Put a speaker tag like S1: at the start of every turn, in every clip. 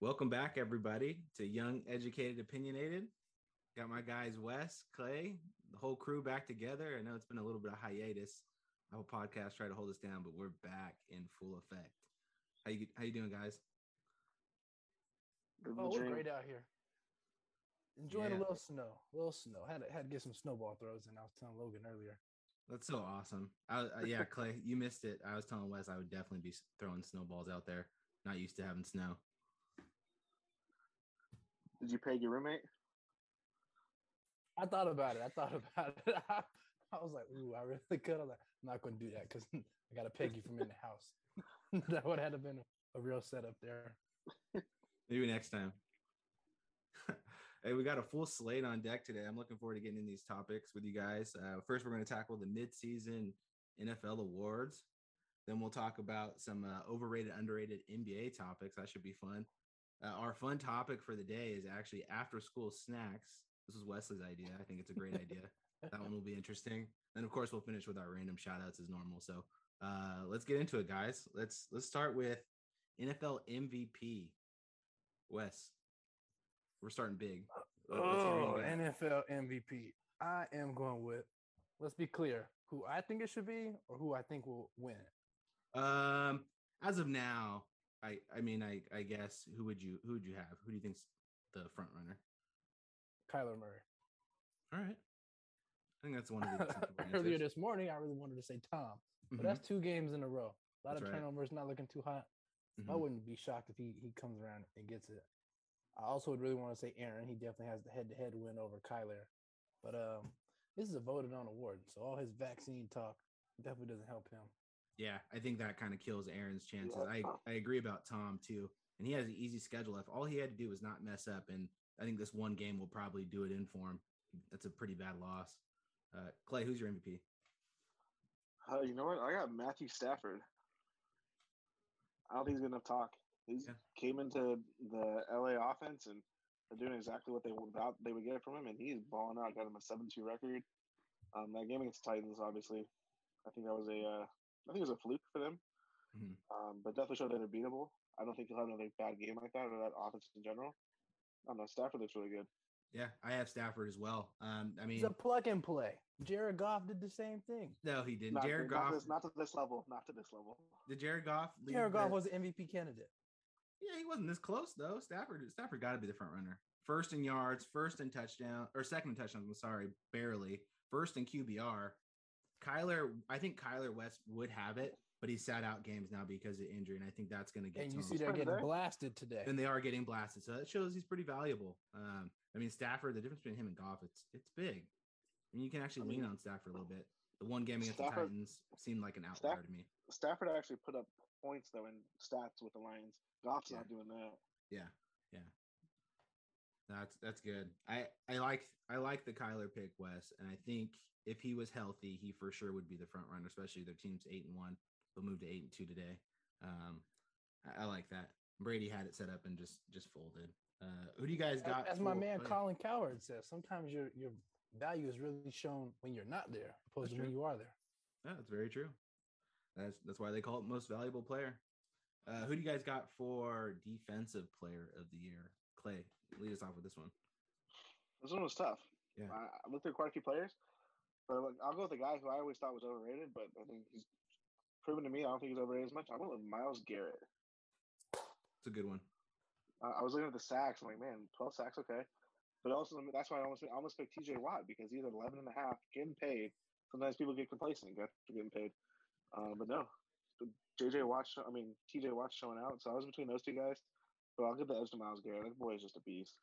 S1: Welcome back, everybody, to Young, Educated, Opinionated. Got my guys, Wes, Clay, the whole crew back together. I know it's been a little bit of hiatus. Our podcast tried to hold us down, but we're back in full effect. How you how you doing, guys?
S2: Oh, we're great out here. Enjoying
S1: Yeah.
S2: a little snow. A little snow. Had to, had to get some snowball throws, and I was telling Logan earlier.
S1: That's so awesome. I, uh, yeah, Clay, you missed it. I was telling Wes I would definitely be s- throwing snowballs out there. Not used to having snow.
S3: Did you pay your roommate?
S2: I thought about it. I thought about it. I, was like, ooh, I really could. I was like, I'm not going to do that because I got a peggy from in the house. that would have been a real setup there.
S1: Maybe next time. hey, we got a full slate on deck today. I'm looking forward to getting in these topics with you guys. Uh, first, we're going to tackle the midseason NFL awards. Then we'll talk about some uh, overrated, underrated NBA topics. That should be fun. Uh, our fun topic for the day is actually after school snacks. This was Wesley's idea. I think it's a great idea. That one will be interesting. And of course, we'll finish with our random shout outs as normal. So uh, let's get into it, guys. Let's let's start with NFL MVP. Wes, we're starting big. Let's hear you
S2: Oh,
S1: go.
S2: NFL MVP. I am going with, let's be clear, who I think it should be or who I think will win.
S1: Um, as of now, I I mean I I guess who would you who would you have? Who do you think's the front runner?
S2: Kyler Murray.
S1: All right, I think that's one of the acceptable
S2: Earlier
S1: answers.
S2: this morning, I really wanted to say Tom, but
S1: Mhm,
S2: that's two games in a row. A lot
S1: That's
S2: of
S1: right.
S2: turnovers, not looking too hot.
S1: mhm.
S2: I wouldn't be shocked if he he comes around and gets it. I also would really want to say Aaron. He definitely has the head to head win over Kyler. But um, this is a voted on award, so all his vaccine talk definitely doesn't help him.
S1: Yeah, I think that kind of kills Aaron's chances.
S3: Yeah.
S1: I I agree about Tom too, and he has an easy schedule. If all he had to do was not mess up, and I think this one game will probably do it in for him. That's a pretty bad loss. Uh, Clay, who's your MVP?
S3: Uh, you know what? I got Matthew Stafford. I don't think he's good enough talk. He
S1: Yeah.
S3: came into the LA offense and they're doing exactly what they thought they would get from him, and he's balling out. Got him a seven-two record. Um, that game against the Titans, obviously, I think that was a, uh, I think it was a fluke for them,
S1: Mhm.
S3: um, but definitely showed that they're beatable. I don't think he'll have another bad game like that or that offense in general. I don't know. Stafford looks really good.
S1: Yeah, I have Stafford as well. Um, I mean,
S2: He's a plug and play. Jared Goff did the same thing.
S1: no, he didn't.
S3: Not,
S1: Jared
S3: not,
S1: Goff.
S3: to this, not to this level. Not to this level.
S1: Did Jared Goff? lead
S2: Jared Goff
S1: the-
S2: was an MVP candidate.
S1: Yeah, he wasn't this close though. Stafford, Stafford got to be the front runner. First in yards, first in touchdown, or second in touchdowns. I'm sorry, barely. First in QBR. Kyler, I think Kyler West would have it, but he sat out games now because of injury, and I think that's going to get.
S2: And
S1: to
S2: you
S1: him.
S2: see they're getting
S3: Predator.
S2: blasted today.
S1: And they are getting blasted, so that shows he's pretty valuable. Um, I mean, Stafford. The difference between him and Goff, it's it's big. I mean, you can actually
S3: I mean-
S1: lean on Stafford a little bit. The one game against the
S3: Stafford-
S1: Titans seemed like an outlier
S3: Staff-
S1: to me.
S3: Stafford actually put up points though in stats with the Lions. Goff's
S1: Yeah.
S3: not doing that.
S1: Yeah, yeah. That's that's good. I I like I like the Kyler pick, Wes, and I think if he was healthy, he for sure would be the front runner. Especially their team's eight and one. They'll move to eight and two today. Um, I, I like that. Brady had it set up and just just folded. Uh, who do you guys got?
S2: As my
S1: for-
S2: man
S1: oh, yeah.
S2: Colin Coward says, sometimes your your value is really shown when you're not there, opposed
S1: That's
S2: to when
S1: true.
S2: you are there.
S1: Yeah, that's very true. That's that's why they call it most valuable player. Uh, who do you guys got for defensive player of the year? Clay, lead us off with this one.
S3: This one was tough.
S1: Yeah.
S3: I, I looked at quite a few players, but I'm like, I'll go with the guy who I always thought was overrated, but I think he's proven to me. I don't think he's overrated as much. I went with Miles Garrett.
S1: It's a good one.
S3: I, I was looking at the sacks. I'm like, man, 12 sacks, okay. But also, I mean, that's why I almost I almost picked TJ Watt because he's at 11 and a half, getting paid. Sometimes people get complacent after getting paid. Uh, but no, JJ Watt, I mean, TJ Watt showing out. So I was between those two guys, but I'll give the edge to Miles Garrett. That boy is just a beast.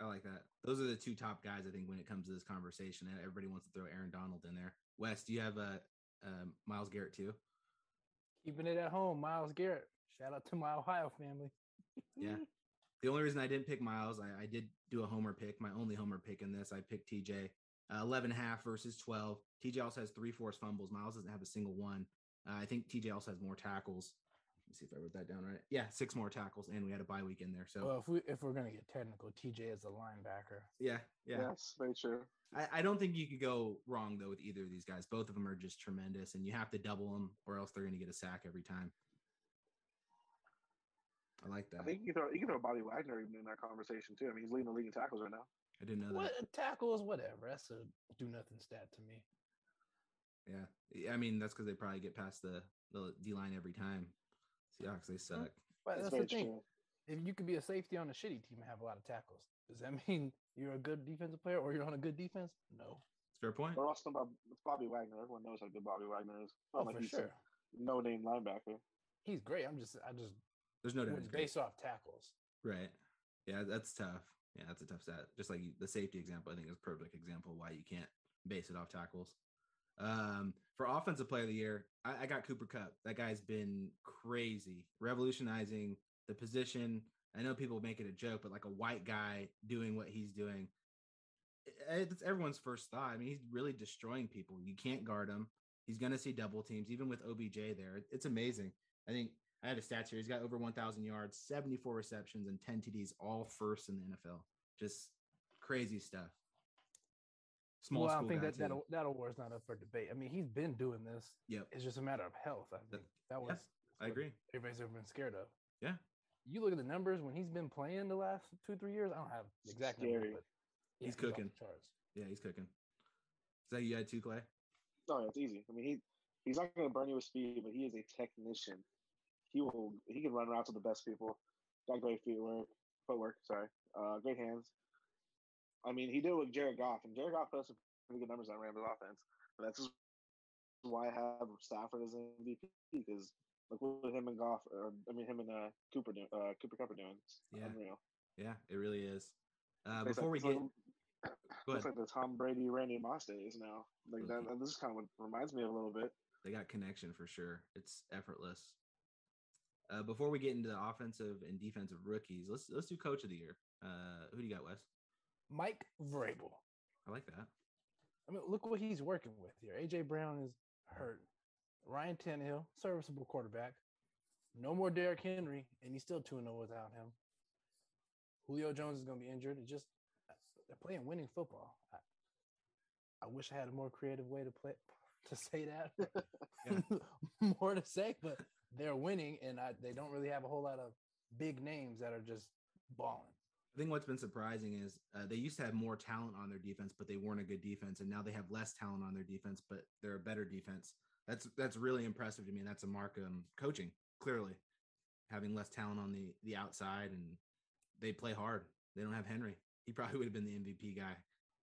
S1: I like that. Those are the two top guys I think when it comes to this conversation. Everybody wants to throw Aaron Donald in there. Wes, do you have a, uh Miles Garrett too?
S2: Keeping it at home, Miles Garrett. Shout out to my Ohio family.
S1: Yeah. The only reason I didn't pick Miles, I, I did do a homer pick. My only homer pick in this, I picked TJ. Uh, 11 and a half versus 12. TJ also has three forced fumbles. Miles doesn't have a single one. Uh, I think TJ also has more tackles. Let me see if I wrote that down right. Yeah, six more tackles, and we had a bye week in there. So
S2: Well, if we if we're gonna get technical, TJ is a linebacker.
S1: yeah, yeah.
S3: Yes, very true.
S1: I, I don't think you could go wrong though with either of these guys. Both of them are just tremendous, and you have to double them, or else they're going to get a sack every time. I like that.
S3: I think you can throw you can throw Bobby Wagner even in that conversation too. I mean, he's leading the league in tackles right now.
S1: I didn't know
S2: What tackles? Whatever. That's a do nothing stat to me.
S1: that. Yeah. I mean, that's because they probably get past the, the D line every time. Seahawks, they suck.
S2: But that's, the thing. If you could be a safety on a shitty team and have a lot of tackles, does that mean you're a good defensive player or you're on a good defense? No,
S1: It's a fair point.
S3: But also about it's Bobby Wagner. Everyone knows how good Bobby Wagner is. Not
S2: oh,
S3: like
S2: for
S3: he's
S2: sure.
S3: No name linebacker.
S2: He's great. I'm just, I just
S1: There's no doubt.
S2: was
S1: he's great.
S2: based off tackles.
S1: Right. Yeah, that's tough. Yeah, that's a tough stat. Just like you- the safety example, I think is a perfect example why you can't base it off tackles. Um, for offensive player of the year, I, I got Cooper Cup. That guy's been crazy, revolutionizing the position. I know people make it a joke, but like a white guy doing what he's doing, i- it's everyone's first thought. I mean, he's really destroying people. You can't guard him. He's going to see double teams, even with OBJ there. It's amazing. I think I had a stats here. He's got over 1,000 yards, 74 receptions, and 10 TDs, all first in the NFL. Just crazy stuff. Small
S2: well, I
S1: school
S2: don't think
S1: guy
S2: that
S1: too.
S2: that, that award's not up for debate. I mean, he's been doing this.
S1: Yep,
S2: It's just a matter of health. I think that was.
S1: I agree.
S2: Everybody's ever been scared of.
S1: Yeah.
S2: You look at the numbers when he's been playing the last two three years. I don't have the exact numbers,
S3: Scary.
S2: but
S1: He's
S2: off the
S1: cooking.
S2: charts.
S1: Yeah, he's cooking. Is that you had two Clay?
S3: No, it's easy. I mean, he he's not going to burn you with speed, but he is a technician. He will he can run routes with the best people. Got great footwork, footwork. Sorry, uh, great hands. I mean, he did it with Jared Goff, and Jared Goff posted pretty good numbers on Rams offense. But that's why I have Stafford as an MVP because look what him and Goff, or I mean him and uh, Cooper, do, uh, Cooper Cooper doing. It's
S1: Yeah.
S3: unreal.
S1: Yeah, it really is. Uh,
S3: It's
S1: before we
S3: like-
S1: get,
S3: it's like-
S1: go
S3: It's
S1: ahead.
S3: like the Tom Brady Randy Moss days now. Like that, this is kind of what reminds me of a little bit.
S1: They got connection for sure. It's effortless. Uh, before we get into the offensive and defensive rookies, let's let's do coach of the year. Uh, who do you got, Wes?
S2: Mike Vrabel.
S1: I like that.
S2: I mean, look what he's working with here. AJ Brown is hurt. Ryan Tannehill, serviceable quarterback. No more Derrick Henry, and he's still 2 0 without him. Julio Jones is going to be injured. It's just they're playing winning football. I, I wish I had a more creative way to play to say that. more to say, but they're winning, and I, they don't really have a whole lot of big names that are just balling.
S1: I think what's been surprising is uh, they used to have more talent on their defense, but they weren't a good defense, and now they have less talent on their defense, but they're a better defense. That's that's really impressive to me. and That's a mark of um, coaching, clearly, having less talent on the the outside, and they play hard. They don't have Henry. He probably would have been the MVP guy,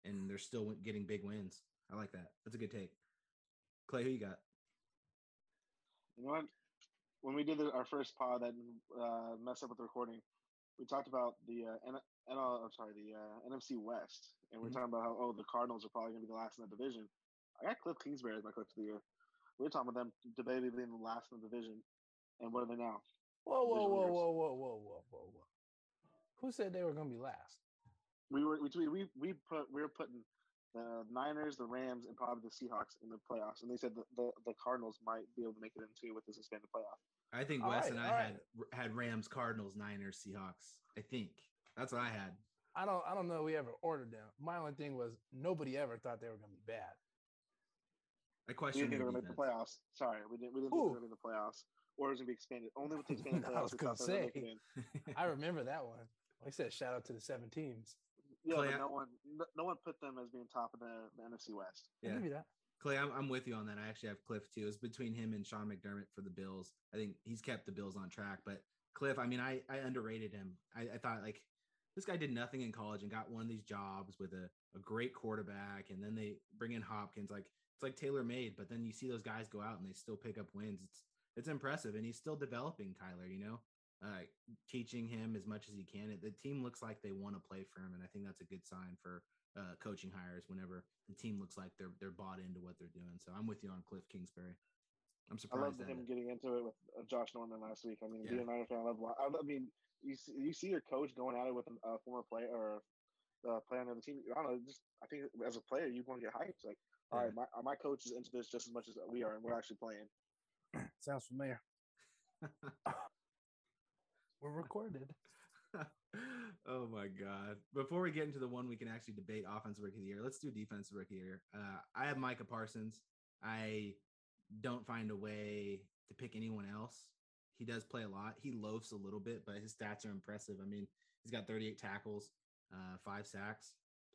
S1: and they're still win- getting big wins. I like that. That's a good take. Clay, who you got?
S3: You know what? When we did the, our first pod that uh, messed up with the recording, we talked about the uh, N- NL, I'm sorry, the uh, NFC West, and we are
S1: Mhm.
S3: talking about how oh the Cardinals are probably going to be the last in that division. I got Cliff Kingsbury as my coach of the year. We were talking about them debatably being the last in the division, and what are they now?
S2: Whoa, whoa,
S3: Division
S2: whoa,
S3: leaders.
S2: whoa, whoa, whoa, whoa, whoa, whoa. Who said they were going to be last?
S3: We were we we we put we were putting the Niners, the Rams, and probably the Seahawks in the playoffs, and they said the, the, the Cardinals might be able to make it into with this expanded playoff.
S1: I think
S2: All
S1: Wes
S2: right,
S1: and
S2: all
S1: I
S2: right.
S1: had had Rams, Cardinals, Niners, Seahawks. I think that's what I had.
S2: I don't I don't know we ever ordered them. My only thing was nobody ever thought they were gonna be bad.
S1: I
S3: We
S1: questioned
S3: didn't think
S1: their
S3: we were gonna make
S1: defense.
S3: the playoffs. Sorry, we didn't. We didn't think we
S2: Who?
S3: were gonna make the playoffs, or it was gonna be expanded. Only with the expanded
S2: I
S3: playoffs.
S2: was
S3: we
S2: gonna
S3: thought they were
S2: say.
S3: make it in.
S2: I remember that one. Like I said, shout out to the seven teams.
S3: Yeah,
S1: Play-
S3: but no one, no, no one put them as being top of the, the NFC West.
S2: I'll
S1: Yeah.
S2: give you that.
S1: Clay, I'm, I'm with you on that. I actually have Cliff too. It's between him and Sean McDermott for the Bills. I think he's kept the Bills on track. But Cliff, I mean, I, I underrated him. I, I thought like this guy did nothing in college and got one of these jobs with a, a great quarterback. And then they bring in Hopkins. Like it's like tailor made, but then you see those guys go out and they still pick up wins. It's it's impressive. And he's still developing Tyler, you know, uh, teaching him as much as he can. The team looks like they want to play for him. And I think that's a good sign for uh, coaching hires whenever the team looks like they're they're bought into what they're doing. So I'm with you on Cliff Kingsbury. I'm
S3: I
S1: surprised
S3: loved
S1: that
S3: him getting into it with uh, Josh Norman last week. I mean,
S1: Yeah.
S3: being a Niners fan, I love. wa- I, love- I mean, you see, you see your coach going at it with a former player or a player on the team. I don't know. Just I think as a player, you want to get hyped. Like, all right, my my coach is into this just as much as we are, and we're actually playing.
S2: Sounds familiar. We're recorded.
S1: oh my god! Before we get into the one we can actually debate offensive rookie of the year, let's do defensive rookie of the year. Uh, I have Micah Parsons. I don't find a way to pick anyone else. He does play a lot. He loafs a little bit, but his stats are impressive. I mean, he's got 38 tackles, uh, five sacks.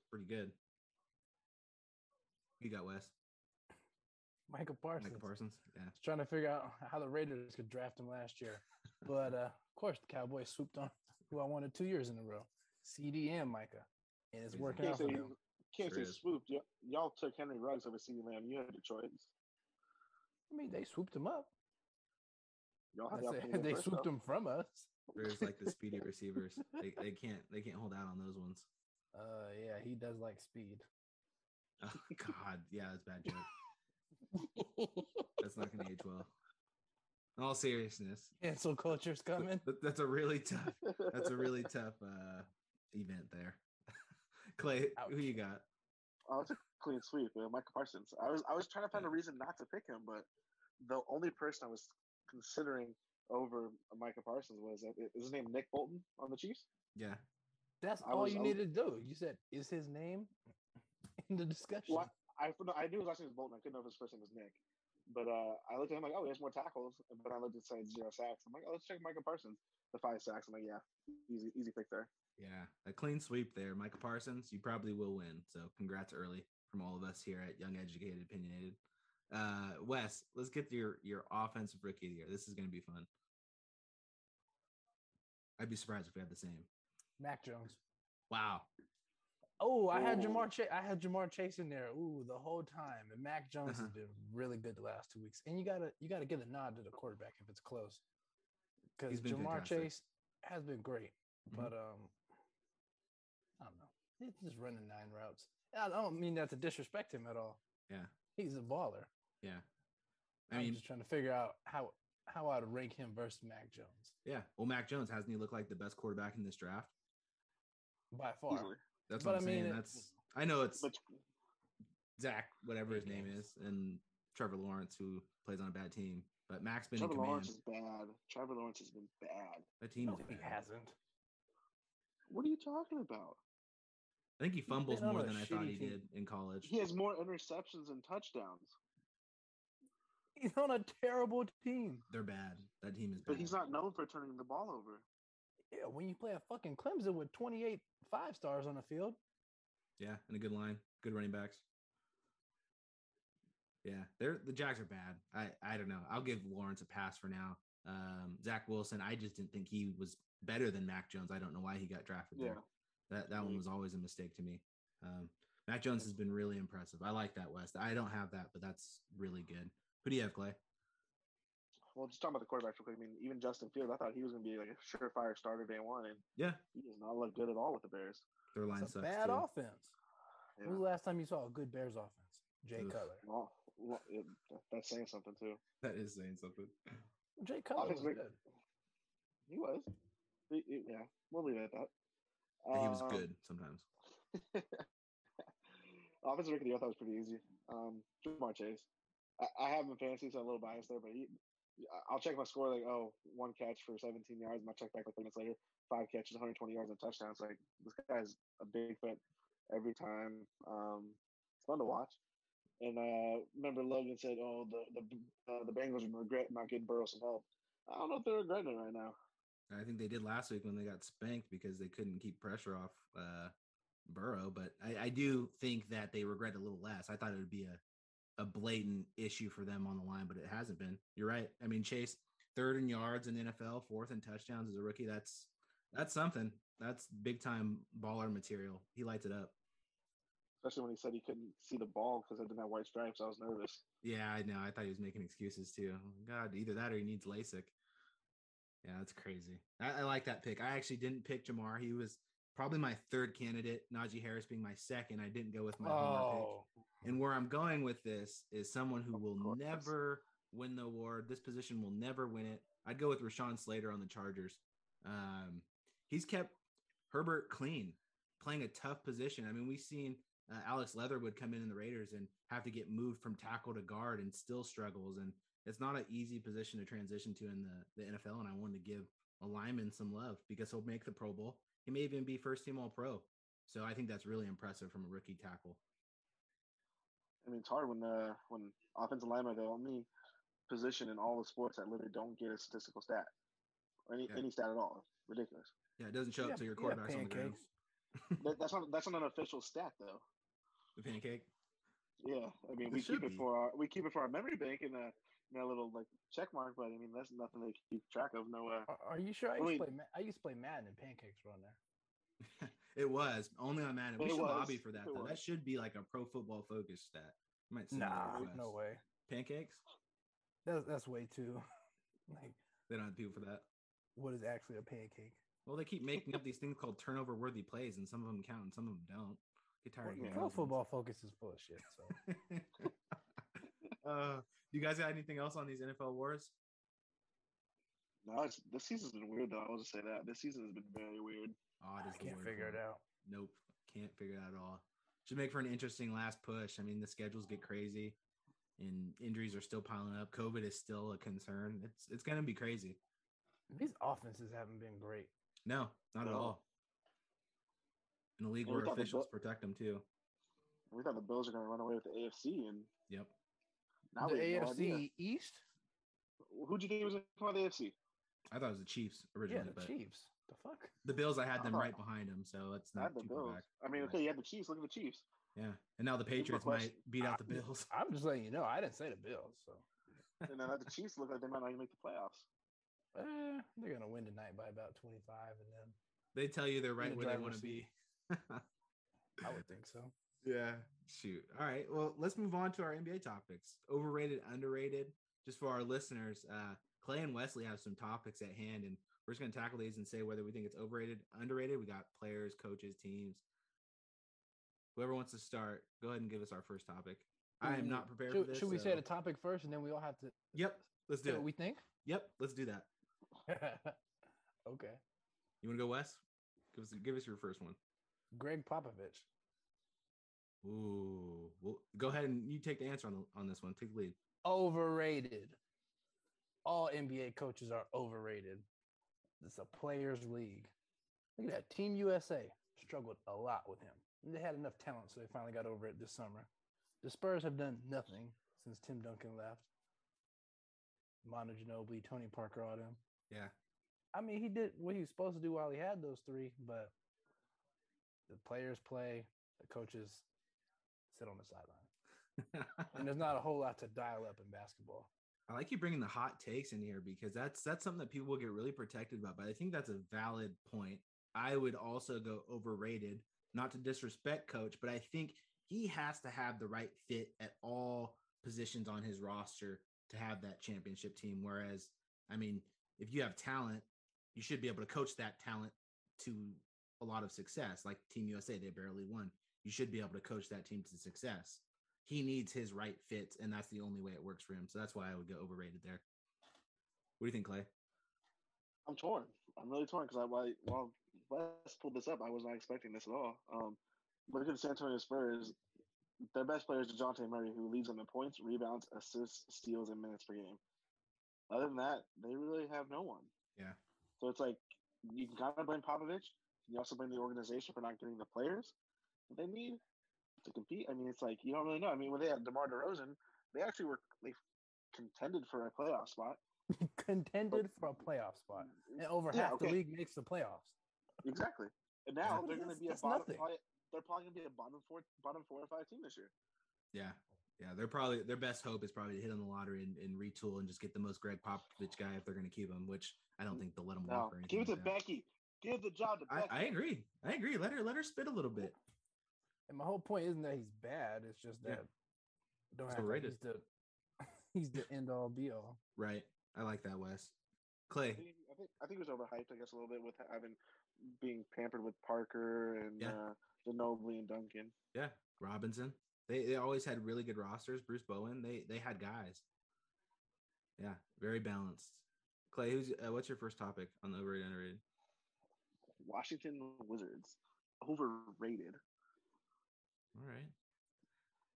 S1: Pretty good. Who You got Wes,
S2: Michael Parsons.
S1: Michael Parsons. Yeah,
S2: was trying to figure out how the Raiders could draft him last year. But uh, of course, the Cowboys swooped on who I wanted two years in a row, CD and Micah, and it's
S1: Crazy.
S2: working
S3: Can't
S2: out
S3: say
S2: for
S1: Definitely.
S2: them.
S3: you can't
S1: Sure
S3: say
S1: is.
S3: swooped. Y- y'all took Henry Ruggs over CeeDee Lamb. You had Detroit.
S2: I mean, they swooped him up.
S3: Y'all
S2: I
S3: had the
S2: said,
S3: opportunity
S2: they
S3: first,
S2: swooped
S3: though.
S2: him from us.
S1: there's like the speedy receivers. They, they can't they can't hold out on those ones.
S2: Uh, yeah, he does like speed.
S1: Oh, God, yeah, that's a bad joke. That's not going to age well. In all seriousness,
S2: Cancel culture's coming.
S1: that- that's a really tough. That's a really tough uh, event there. Clay, who you got?
S3: Oh, it's a clean sweep, man. Michael Parsons. I was I was trying to find a reason not to pick him, but the only person I was considering over Michael Parsons was uh, is his name Nick Bolton on the Chiefs.
S1: Yeah,
S2: That's
S3: I
S2: all
S3: was-
S2: you
S3: I
S2: need
S3: was-
S2: to do. You said, is his name in the discussion?
S3: Well, I no, I knew his last name was Bolton. I couldn't know if his first name was Nick. But uh, I looked at him like, oh, he has more tackles. But I looked inside zero sacks. I'm like, oh, let's check Michael Parsons. The five sacks. I'm like, yeah, easy, easy pick there.
S1: yeah, a clean sweep there, Michael Parsons. You probably will win. So congrats early from all of us here at Young Educated Opinionated. Uh, Wes, let's get to your your offensive rookie of the year. This is going to be fun. I'd be surprised if we had the same.
S2: Mac Jones.
S1: Wow,
S2: Oh, I had
S3: Ooh.
S2: Jamar. Chase. I had Jamar Chase in there. Ooh, the whole time. And Mac Jones has
S1: Uh-huh.
S2: been really good the last two weeks. And you gotta you gotta get a nod to the quarterback if it's close, because
S1: He's been
S2: Jamar
S1: fantastic.
S2: Chase has been great.
S1: Mhm.
S2: But um, I don't know. He's just running nine routes. And I don't mean that to disrespect him at all.
S1: Yeah.
S2: he's a baller.
S1: yeah.
S2: I
S1: I mean,
S2: am just trying to figure out how how I'd rank him versus Mac Jones
S1: Yeah. Well, Mac Jones hasn't he looked like the best quarterback in this draft?
S2: by far.
S3: Easily.
S1: That's
S2: But
S1: what I'm
S2: I mean,
S1: saying.
S2: it-
S1: That's I know it's
S3: But
S1: Zach, whatever his name
S2: Games.
S1: is, and Trevor Lawrence, who plays on a bad team. But Mac's been
S3: Trevor
S1: in command.
S3: Lawrence is bad. Trevor Lawrence has been bad.
S1: That team
S2: No,
S1: is
S2: he
S1: bad.
S2: hasn't.
S3: What are you talking about?
S1: I think he fumbles
S2: been on
S1: more
S2: a
S1: than I thought
S2: shitty
S1: he
S2: team.
S1: did in college.
S3: He has more interceptions and touchdowns,
S2: He's on a terrible team.
S1: They're bad. That team is bad.
S3: but he's not known for turning the ball over.
S2: Yeah, when you play a fucking Clemson with 28 five stars on the field,
S1: Yeah, and a good line, good running backs. Yeah, they're the Jags are bad. I I don't know. I'll give Lawrence a pass for now. Um, Zach Wilson, I just didn't think he was better than Mac Jones. I don't know why he got drafted
S3: Yeah.
S1: there. That that one
S3: Mhm.
S1: was always a mistake to me. Um, Mac Jones has been really impressive. I like that West. I don't have that, but that's really good. Who do you have, Clay?
S3: Well, just talking about the quarterbacks real quick. I mean, even Justin Fields, I thought he was going to be like a surefire starter day one, and
S1: Yeah,
S3: he does not look good at all with the Bears.
S1: their line
S2: it's a
S1: sucks.
S2: bad
S1: too.
S2: offense.
S3: Yeah.
S2: When's the last time you saw a good Bears offense? Jay
S1: Oof.
S2: Cutler.
S3: Well, well, it- that's saying something too.
S1: That is saying something.
S2: Jay Cutler was
S3: Offense
S2: good.
S3: was- He was. He- he- yeah, we'll leave it at that.
S1: But he was
S3: Um,
S1: good sometimes.
S3: Offensive rookie of the year, I thought was pretty easy. Um, Jamar Chase. I, I have him in fantasy, so I'm a little biased there, but he, I- I'll check my score like, oh, one catch for 17 yards, and I'll check back like minutes later, five catches, 120 yards, and touchdowns. Like, this guy's a big threat every time. Um, it's fun to watch. And uh, remember, Logan said, oh, the the, uh, the Bengals regret not getting Burrow some help. I don't know if they're regretting it right now.
S1: I think they did last week when they got spanked because they couldn't keep pressure off uh, Burrow. But I, I do think that they regret a little less. I thought it would be a, a blatant issue for them on the line, but it hasn't been. You're right. I mean, Chase third in yards in the NFL, fourth in touchdowns as a rookie. That's that's something. That's big time baller material. He lights it up.
S3: Especially when he said he couldn't see the ball because I didn't have white stripes. I was nervous.
S1: Yeah, I know. I thought he was making excuses too. God, either that or he needs LASIK. Yeah, that's crazy. I, I like that pick. I actually didn't pick Jamar. He was probably my third candidate. Najee Harris being my second. I didn't go with my Jamar
S2: Oh,
S1: pick. And where I'm going with this is someone who
S3: Of
S1: will
S3: course.
S1: never win the award. This position will never win it. I'd go with Rashawn Slater on the Chargers. Um, he's kept Herbert clean, playing a tough position. I mean, we've seen uh, Alex Leatherwood come in in the Raiders and have to get moved from tackle to guard and still struggles. And it's not an easy position to transition to in the, the NFL. And I wanted to give a lineman some love because he'll make the Pro Bowl. He may even be first team All Pro. So I think that's really impressive from a rookie tackle.
S3: I mean, it's hard when uh, when offensive linemen are the only position in all the sports that literally don't get a statistical stat or any,
S1: Yeah.
S3: any stat at all. It's ridiculous.
S1: Yeah, it doesn't show up to your
S2: You got
S1: quarterbacks on the ground.
S2: pancakes.
S3: that, that's not that's not an official stat though.
S1: The pancake.
S3: Yeah, I mean
S1: It
S3: we
S1: should
S3: keep it
S1: be.
S3: for our we keep it for our memory bank and a, and a little like check mark, but I mean that's nothing to keep track of. No, uh,
S2: Are, are you sure? I used,
S3: Wait.
S2: to play, Ma- I used to play Madden and pancakes were on there.
S1: It was only on Madden. We
S3: It
S1: should
S3: was.
S1: lobby for that.
S3: It
S1: Though. That
S3: was.
S1: should be like a pro football focus stat. You might send me a
S2: Nah,
S1: request.
S2: no way.
S1: Pancakes?
S2: That's that's way too. Like,
S1: They don't have people for that.
S2: what is actually a pancake?
S1: Well, they keep making up these things called turnover worthy plays, and some of them count and some of them don't. Get tired of
S3: Well,
S1: hearing
S2: Pro
S1: those
S2: football focus is full of shit. So
S1: ones. uh, you guys got anything else on these NFL wars?
S3: no, it's, this season's been weird though. I will just say that this season has been very weird.
S1: Odd
S2: I
S1: is the
S2: can't
S1: word
S2: figure
S1: for
S2: it out.
S1: Nope, can't figure it out at all. Should make for an interesting last push. I mean, the schedules get crazy, and injuries are still piling up. COVID is still a concern. It's it's gonna be crazy.
S2: These offenses haven't been great.
S1: No, not at
S3: No.
S1: all. In a league
S3: And we
S1: where
S3: thought the
S1: officials
S3: Buc-
S1: protect them too.
S3: We thought the Bills are going to run away with the AFC, and
S1: Yep.
S3: now
S2: the
S3: we have no
S2: AFC
S3: idea.
S2: East,
S3: Who'd you think was going to come out of the AFC?
S1: I thought it was the Chiefs
S2: yeah,
S1: originally,
S2: the
S1: but
S2: Chiefs. The fuck?
S1: the Bills I had
S3: I
S1: them
S3: thought-
S1: right behind them, so that's
S3: I
S1: not
S3: had the
S1: too far
S3: Bills.
S1: back.
S3: I mean,
S1: Yeah.
S3: okay, you had the Chiefs. Look at the Chiefs.
S1: Yeah, and now the
S3: my
S1: Patriots might
S3: question.
S1: beat out the
S2: I-
S1: Bills.
S2: I'm just letting you know. I didn't say the Bills, so
S3: and now the Chiefs look like they might not even make the playoffs.
S2: eh, they're gonna win tonight by about 25, and then
S1: They tell you they're
S2: in
S1: right
S2: the
S1: where they
S2: driver's
S1: want to be.
S2: seat. I would think so.
S1: Yeah. Shoot. All right. Well, let's move on to our NBA topics. Overrated, underrated. Just for our listeners, uh, Clay and Wesley have some topics at hand, and we're just going to tackle these and say whether we think it's overrated, underrated. We got players, coaches, teams. Whoever wants to start, go ahead and give us our first topic. I am
S2: Ooh.
S1: not prepared
S2: Mm, Should,
S1: for this.
S2: should we
S1: so-
S2: say the topic first, and then we all have to
S1: Yep. Let's
S2: say
S1: do
S2: what
S1: it.
S2: we think?
S1: Yep. Let's do that.
S2: okay.
S1: You want to go, Wes? Give us, give us your first one.
S2: Greg Popovich.
S1: Ooh. Well, go ahead and you take the answer on the, on this one. Take the lead.
S2: overrated. All NBA coaches are overrated. It's a players' league. Look at that. Team USA struggled a lot with him. And they had enough talent, so they finally got over it this summer. The Spurs have done nothing since Tim Duncan left. Mono Ginobili, Tony Parker, all them.
S1: Yeah.
S2: I mean, he did what he was supposed to do while he had those three, but the players play, the coaches sit on the sideline. And there's not a whole lot to dial up in basketball.
S1: I like you bringing the hot takes in here because that's that's something that people will get really protected about. But I think that's a valid point. I would also go overrated, not to disrespect coach, but I think he has to have the right fit at all positions on his roster to have that championship team. Whereas, I mean, if you have talent, you should be able to coach that talent to a lot of success. Like Team USA, they barely won. You should be able to coach that team to success he needs his right fits, and that's the only way it works for him. So that's why I would go overrated there. What do you think, Clay?
S3: I'm torn. I'm really torn because I while while Wes pulled this up, I was not expecting this at all. Um, look at the San Antonio Spurs. Their best player is Dejounte Murray, who leads them in points, rebounds, assists, steals, and minutes per game. Other than that, they really have no one.
S1: Yeah.
S3: So it's like you can kind of blame Popovich. You also blame the organization for not getting the players that they need to compete. I mean, it's like you don't really know. I mean, when they had DeMar DeRozan, they actually were they contended for a playoff spot.
S2: contended for a playoff spot, and over
S3: Yeah,
S2: half
S3: okay.
S2: the league makes the playoffs.
S3: Exactly. And now
S2: Yeah.
S3: they're going to
S2: That's-
S3: be a
S2: that's
S3: bottom.
S2: nothing.
S3: Probably, they're probably going to be a bottom four, bottom four or five team this year.
S1: Yeah, yeah, they're probably their best hope is probably to hit on the lottery and, and retool and just get the most Greg Popovich guy if they're going to keep him, which I don't think they'll let him
S3: No,
S1: walk or anything.
S3: give it to
S1: like that.
S3: Becky. Give the job to Becky.
S1: I, I agree. I agree. Let her let her spit a little bit.
S2: And my whole point isn't that he's bad; it's just
S1: Yeah.
S2: that don't
S1: It's
S2: act like
S1: overrated.
S2: he's the he's the end all be all.
S1: Right. I like that, Wes. Clay.
S3: I think, I think I think it was overhyped, I guess, a little bit with having being pampered with Parker and
S1: Yeah.
S3: uh, Ginobili and Duncan.
S1: Yeah. Robinson. They they always had really good rosters. Bruce Bowen. They they had guys. Yeah, very balanced. Clay, who's uh, what's your first topic on the overrated underrated?
S3: Washington Wizards overrated.
S1: All right.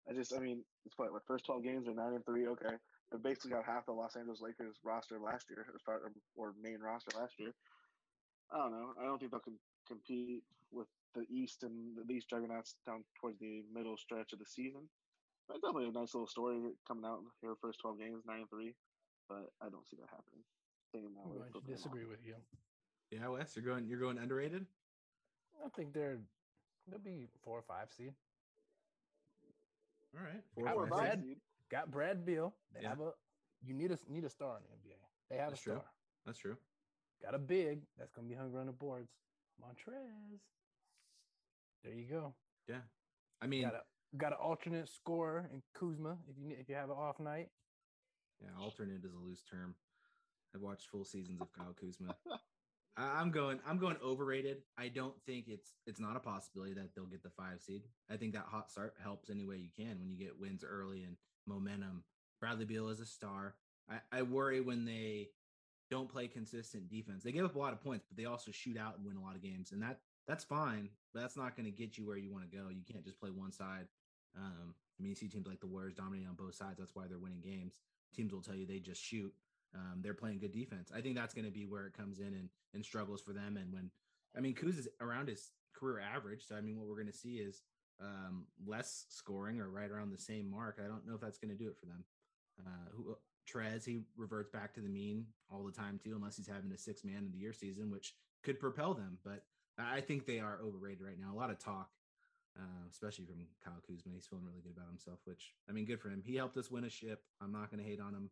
S3: I just, I mean, it's what, what first twelve games are nine and three. Okay, they basically got half the Los Angeles Lakers roster last year, or, start, or main roster last year. I don't know. I don't think they'll com- compete with the East and the East juggernauts down towards the middle stretch of the season. But definitely a nice little story coming out here first twelve games, nine and three. but I don't see that happening. Same
S2: I'm
S3: way
S2: going
S3: for
S2: to disagree with you.
S1: Yeah, Wes, you're going you're going underrated.
S2: I think they're they'll be four or five seed.
S1: All right,
S3: Lamar. Four
S2: Four or
S1: or
S3: or
S1: five.
S2: five.
S3: five seed.
S2: Got Brad Beal. They
S1: Yeah.
S2: have a you need a need a star in the NBA. They have
S1: That's
S2: a
S1: true.
S2: star.
S1: That's true.
S2: Got a big that's gonna be hungry on the boards. Montrez. There you go.
S1: Yeah, I mean,
S2: Got a got an alternate scorer in Kuzma if you need- if you have an off night.
S1: yeah, alternate is a loose term. I've watched full seasons of Kyle Kuzma. I, I'm going. I'm going overrated. I don't think it's it's not a possibility that they'll get the five seed. I think that hot start helps any way you can when you get wins early and momentum. Bradley Beal is a star. I, I worry when they don't play consistent defense. They give up a lot of points, but they also shoot out and win a lot of games, and that that's fine. But that's not going to get you where you want to go. You can't just play one side. Um, I mean, you see teams like the Warriors dominating on both sides. That's why they're winning games teams will tell you they just shoot. Um, they're playing good defense. I think that's going to be where it comes in and and struggles for them. And when I mean Kuz is around his career average, so I mean what we're going to see is um, less scoring or right around the same mark. I don't know if that's going to do it for them. Uh, who Trez he reverts back to the mean all the time too, unless he's having a six man of the year season, which could propel them. But I I think they are overrated right now. A lot of talk. Uh, especially from Kyle Kuzma. He's feeling really good about himself, which I mean, good for him. He helped us win a ship. I'm not going to hate on him,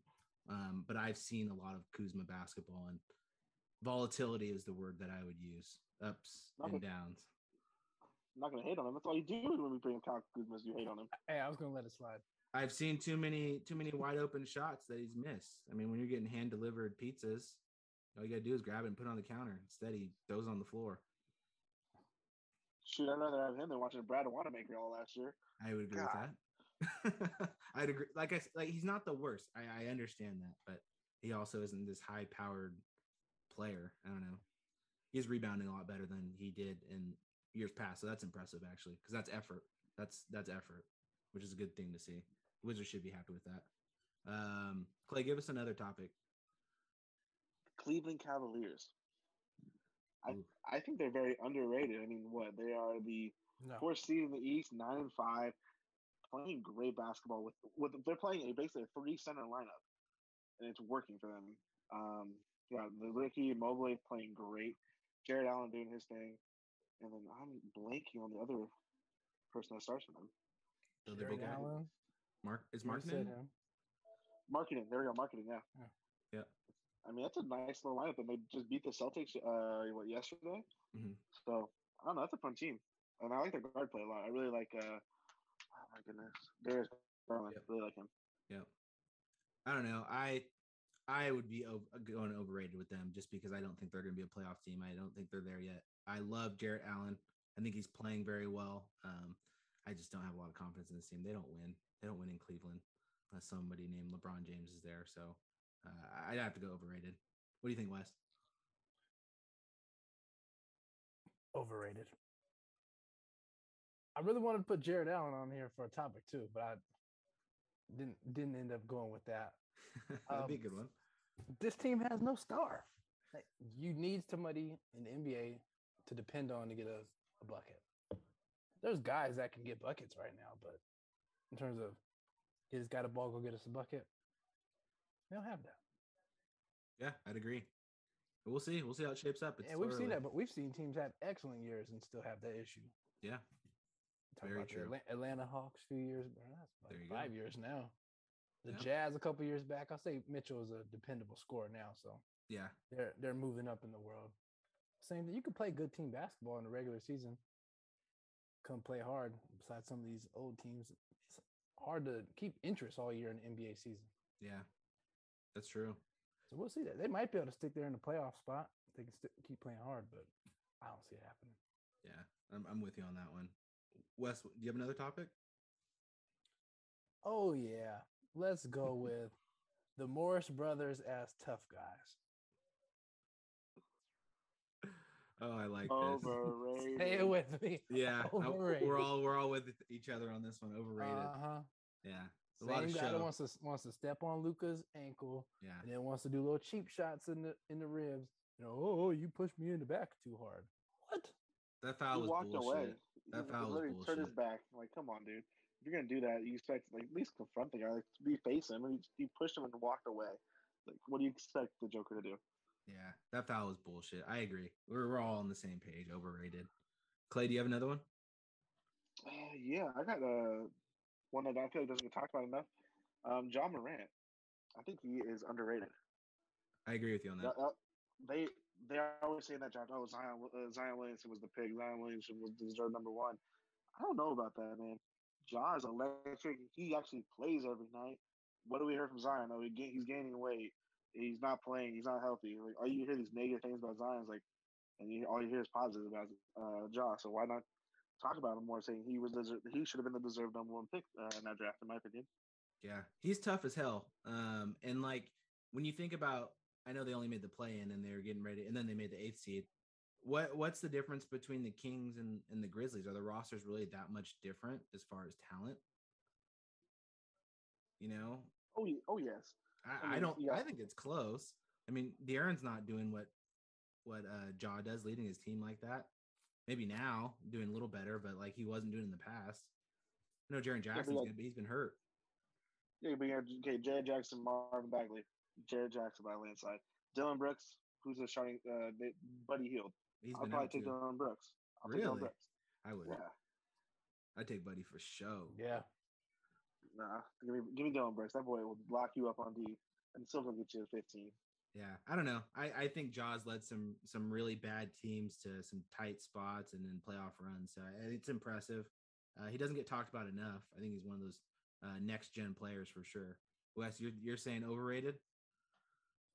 S1: um, but I've seen a lot of Kuzma basketball, and volatility is the word that I would use. Ups
S3: Not
S1: and
S3: that-
S1: downs.
S3: I'm not gonna hate on him. That's all you do when we bring in Kyle Kuzma. is You hate on him.
S2: Hey, I was gonna let it slide.
S1: I've seen too many too many wide open shots that he's missed. I mean, when you're getting hand delivered pizzas, all you got to do is grab it and put it on the counter. Instead, he throws it on the floor.
S3: Shoot, I'd rather have him than watching Brad Wanamaker all last year.
S1: I would agree with that. I'd agree. Like I s- like, he's not the worst. I, I understand that, but he also isn't this high powered player. I don't know. He's rebounding a lot better than he did in years past, so that's impressive actually, because that's effort. That's that's effort, which is a good thing to see. Wizards should be happy with that. Um, Clay, give us another topic.
S3: Cleveland Cavaliers.
S1: Ooh.
S3: I think they're very underrated. I mean, what they are the
S2: No.
S3: fourth seed in the East, nine and five, playing great basketball with with they're playing a basically a three center lineup, and it's working for them. Um, yeah, the Ricky Mobley playing great, Jared Allen doing his thing, and then I'm blanking on the other person that starts for them.
S1: The other
S2: Jared
S1: big guy.
S2: Allen.
S1: Mark is
S2: you
S1: Mark
S2: said
S1: in?
S2: him.
S3: Marketing, there we go, marketing. Yeah,
S2: Yeah.
S1: Yeah.
S3: I mean, that's a nice little lineup, and they just beat the Celtics uh what yesterday.
S1: Mhm.
S3: So I don't know. That's a fun team, and I like their guard play a lot. I really like. uh Oh my goodness, Darius Garland.
S1: Yep.
S3: Really like him.
S1: I don't know. I I would be ov- going overrated with them just because I don't think they're going to be a playoff team. I don't think they're there yet. I love Jarrett Allen. I think he's playing very well. Um, I just don't have a lot of confidence in this team. They don't win. They don't win in Cleveland unless somebody named LeBron James is there. So uh, I'd have to go overrated. What do you think, Wes?
S2: Overrated. I really wanted to put Jared Allen on here for a topic too, but I didn't didn't end up going with that.
S1: That'd be a
S2: Um,
S1: good one.
S2: This team has no star. Like, you need somebody in the NBA to depend on to get a, a bucket. There's guys that can get buckets right now, but in terms of he just got a ball, go get us a bucket. They don't have that.
S1: Yeah, I'd agree. But We'll see. We'll see how it shapes up. It's
S2: and
S1: still
S2: we've seen
S1: early.
S2: that, but we've seen teams have excellent years and still have that issue.
S1: Yeah.
S2: Talk
S1: Very
S2: about
S1: true.
S2: The Atla- Atlanta Hawks few years, well, that's like
S1: There you
S2: five
S1: go.
S2: years now. The
S1: Yeah.
S2: Jazz a couple years back. I'll say Mitchell is a dependable scorer now, so
S1: Yeah.
S2: they're they're moving up in the world. Same thing. You can play good team basketball in the regular season. Come play hard. Besides some of these old teams, it's hard to keep interest all year in the NBA season.
S1: Yeah. That's true.
S2: So we'll see that they might be able to stick there in the playoff spot. They can still keep playing hard, but I don't see it happening.
S1: Yeah, I'm, I'm with you on that one. Wes, do you have another topic?
S2: Oh yeah, let's go with the Morris brothers as tough guys.
S1: Oh, I like this.
S3: Overrated.
S2: Stay with me.
S1: Mm-hmm. Yeah, I-
S2: Overrated.
S1: we're all we're all with each other on this one. Overrated.
S2: Uh-huh.
S1: yeah, a lot
S2: Same
S1: of
S2: guy that
S1: show.
S2: wants to wants to step on Luca's ankle
S1: yeah,
S2: and then wants to do little cheap shots in the in the ribs. You know, oh, you pushed me in the back too hard. What?
S1: that
S3: He
S1: foul was
S3: walked
S1: bullshit.
S3: away.
S1: That
S3: he
S1: foul was
S3: literally turned his
S1: bullshit.
S3: back. I'm like, come on, dude. If you're gonna do that, you expect like at least confront the guy, like be face him. And he, he pushed him and walked away. Like, what do you expect the Joker to do?
S1: Yeah, that foul was bullshit. I agree. We're, we're all on the same page. Overrated. Clay, do you have another one?
S3: Uh, yeah, I got uh, one that I feel like doesn't get talked about enough. Um, John Morant. I think he is underrated.
S1: I agree with you on that.
S3: Uh, uh, they they are always saying that John. Oh, Zion uh, Zion Williamson was the pig. Zion Williamson was deserved number one. I don't know about that, man. John's electric. He actually plays every night. What do we hear from Zion? Oh, he ga- he's gaining weight. He's not playing. He's not healthy. Like all you hear these negative things about Zion's like, and you, all you hear is positive about uh, John. So why not talk about him more? Saying he was deser- he should have been the deserved number one pick uh, in that draft, in my opinion.
S1: Yeah, he's tough as hell. Um, and like when you think about, I know they only made the play in and they were getting ready, and then they made the eighth seed. What what's the difference between the Kings and, and the Grizzlies? Are the rosters really that much different as far as talent? You know,
S3: Oh, ye- oh yes. I
S1: I, I
S3: mean,
S1: don't.
S3: yeah.
S1: I think it's close. I mean, De'Aaron's not doing what what uh, Jaw does, leading his team like that. Maybe now doing a little better, but like he wasn't doing in the past. I know Jaron Jackson's
S3: like-
S1: gonna be. He's been hurt.
S3: Yeah, but you have okay, Jared Jackson, Marvin Bagley, Jared Jackson by a landslide. Dylan Brooks, who's a shining uh, they- Buddy Healed.
S1: He's
S3: I'll
S1: been
S3: probably
S1: out
S3: take
S1: too.
S3: Dylan Brooks. I'll take
S1: Really?
S3: Dylan Brooks.
S1: I would.
S3: Yeah,
S1: I'd take Buddy for show.
S2: Yeah.
S3: nah. Give me, give me Dylan Brooks. That boy will lock you up on D, and still gonna get you to fifteen.
S1: Yeah, I don't know. I, I think Jaws led some some really bad teams to some tight spots and then playoff runs. So I- it's impressive. Uh, he doesn't get talked about enough. I think he's one of those uh, next gen players for sure. Wes, you're you're saying overrated?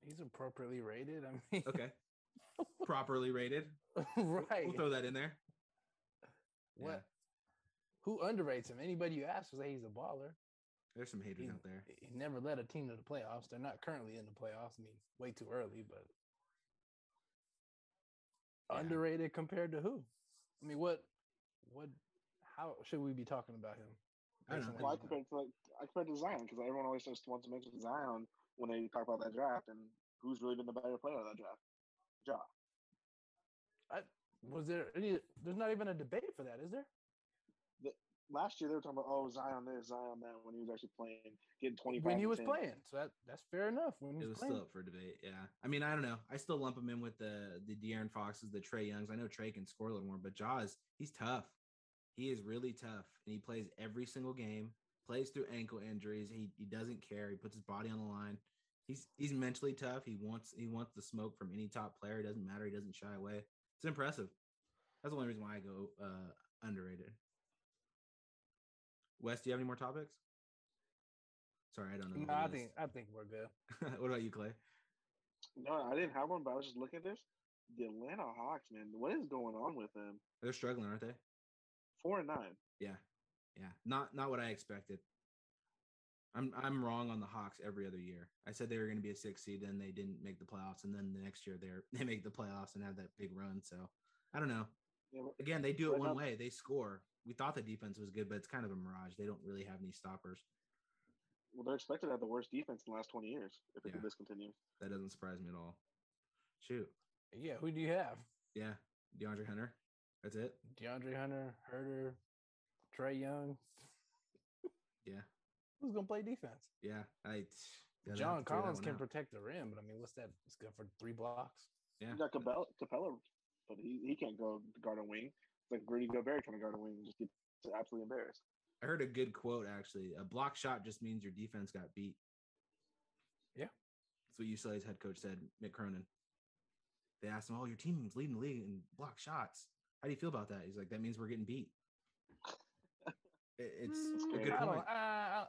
S2: He's appropriately rated. I mean,
S1: Okay, properly rated.
S2: right.
S1: We'll throw that in there.
S2: what?
S1: Yeah.
S2: Who underrates him? Anybody you ask will say he's a baller.
S1: There's some haters
S2: He's-
S1: out there.
S2: He never led a team to the playoffs. They're not currently in the playoffs. I mean, way too early, but
S1: Yeah.
S2: underrated compared to who? I mean, what, what, how should we be talking about him?
S1: I don't
S2: Based on
S1: know.
S3: Well, I
S2: what
S3: compare it to like I compare it to
S2: he's done.
S3: Zion because everyone always just wants to mention Zion when they talk about that draft and who's really been the better player of that draft. Ja.
S2: Was there any? There's not even a debate for that, is there?
S3: Last year they were talking about oh Zion this Zion that when he was actually playing getting twenty
S2: When he was playing, so that that's fair enough. When he
S1: It
S2: was,
S1: was
S2: playing,
S1: still up for debate. Yeah, I mean, I don't know. I still lump him in with the the De'Aaron Foxes, the Trey Youngs. I know Trey can score a little more, but Jaws, he's tough. He is really tough, and he plays every single game. Plays through ankle injuries. He he doesn't care. He puts his body on the line. He's he's mentally tough. He wants he wants the smoke from any top player. It doesn't matter. He doesn't shy away. It's impressive. That's the only reason why I go uh, underrated. Wes, do you have any more topics? Sorry, I don't know.
S2: no, I
S1: the
S2: think
S1: list.
S2: I think we're good.
S1: what about you, Clay?
S3: No, I didn't have one, but I was just looking at this. The Atlanta Hawks, man, what is going on with them?
S1: They're struggling, aren't they?
S3: Four and nine.
S1: Yeah. Yeah. Not not what I expected. I'm I'm wrong on the Hawks every other year. I said they were going to be a six seed, then they didn't make the playoffs, and then the next year they're they make the playoffs and have that big run. So I don't know.
S3: Yeah, but-
S1: Again, they do it
S3: Right
S1: one
S3: now-
S1: way. They score. We thought the defense was good, but it's kind of a mirage. They don't really have any stoppers.
S3: Well, they're expected to have the worst defense in the last twenty years if it
S1: Yeah.
S3: this continues.
S1: That doesn't surprise me at all. Shoot.
S2: Yeah, who do you have?
S1: Yeah. DeAndre Hunter. That's it.
S2: DeAndre Hunter, Herder, Trey Young.
S1: Yeah.
S2: Who's gonna play defense?
S1: Yeah. I gotta have
S2: John
S1: to figure that
S2: Collins
S1: one
S2: can
S1: out.
S2: protect the rim, but I mean, what's that? It's good for three blocks.
S1: Yeah.
S3: You got Capella, Capella, but he, he can't go guard a wing. It's like Rudy Gobert trying to guard a wing and just gets absolutely embarrassed.
S1: I heard a good quote actually. A block shot just means your defense got beat.
S2: Yeah.
S1: That's what UCLA's head coach said, Mick Cronin. They asked him, Oh, your team's leading the league in block shots. How do you feel about that? He's like, That means we're getting beat. It- It's a
S3: Mm,
S1: good
S2: I don't.
S1: point.
S2: I, I,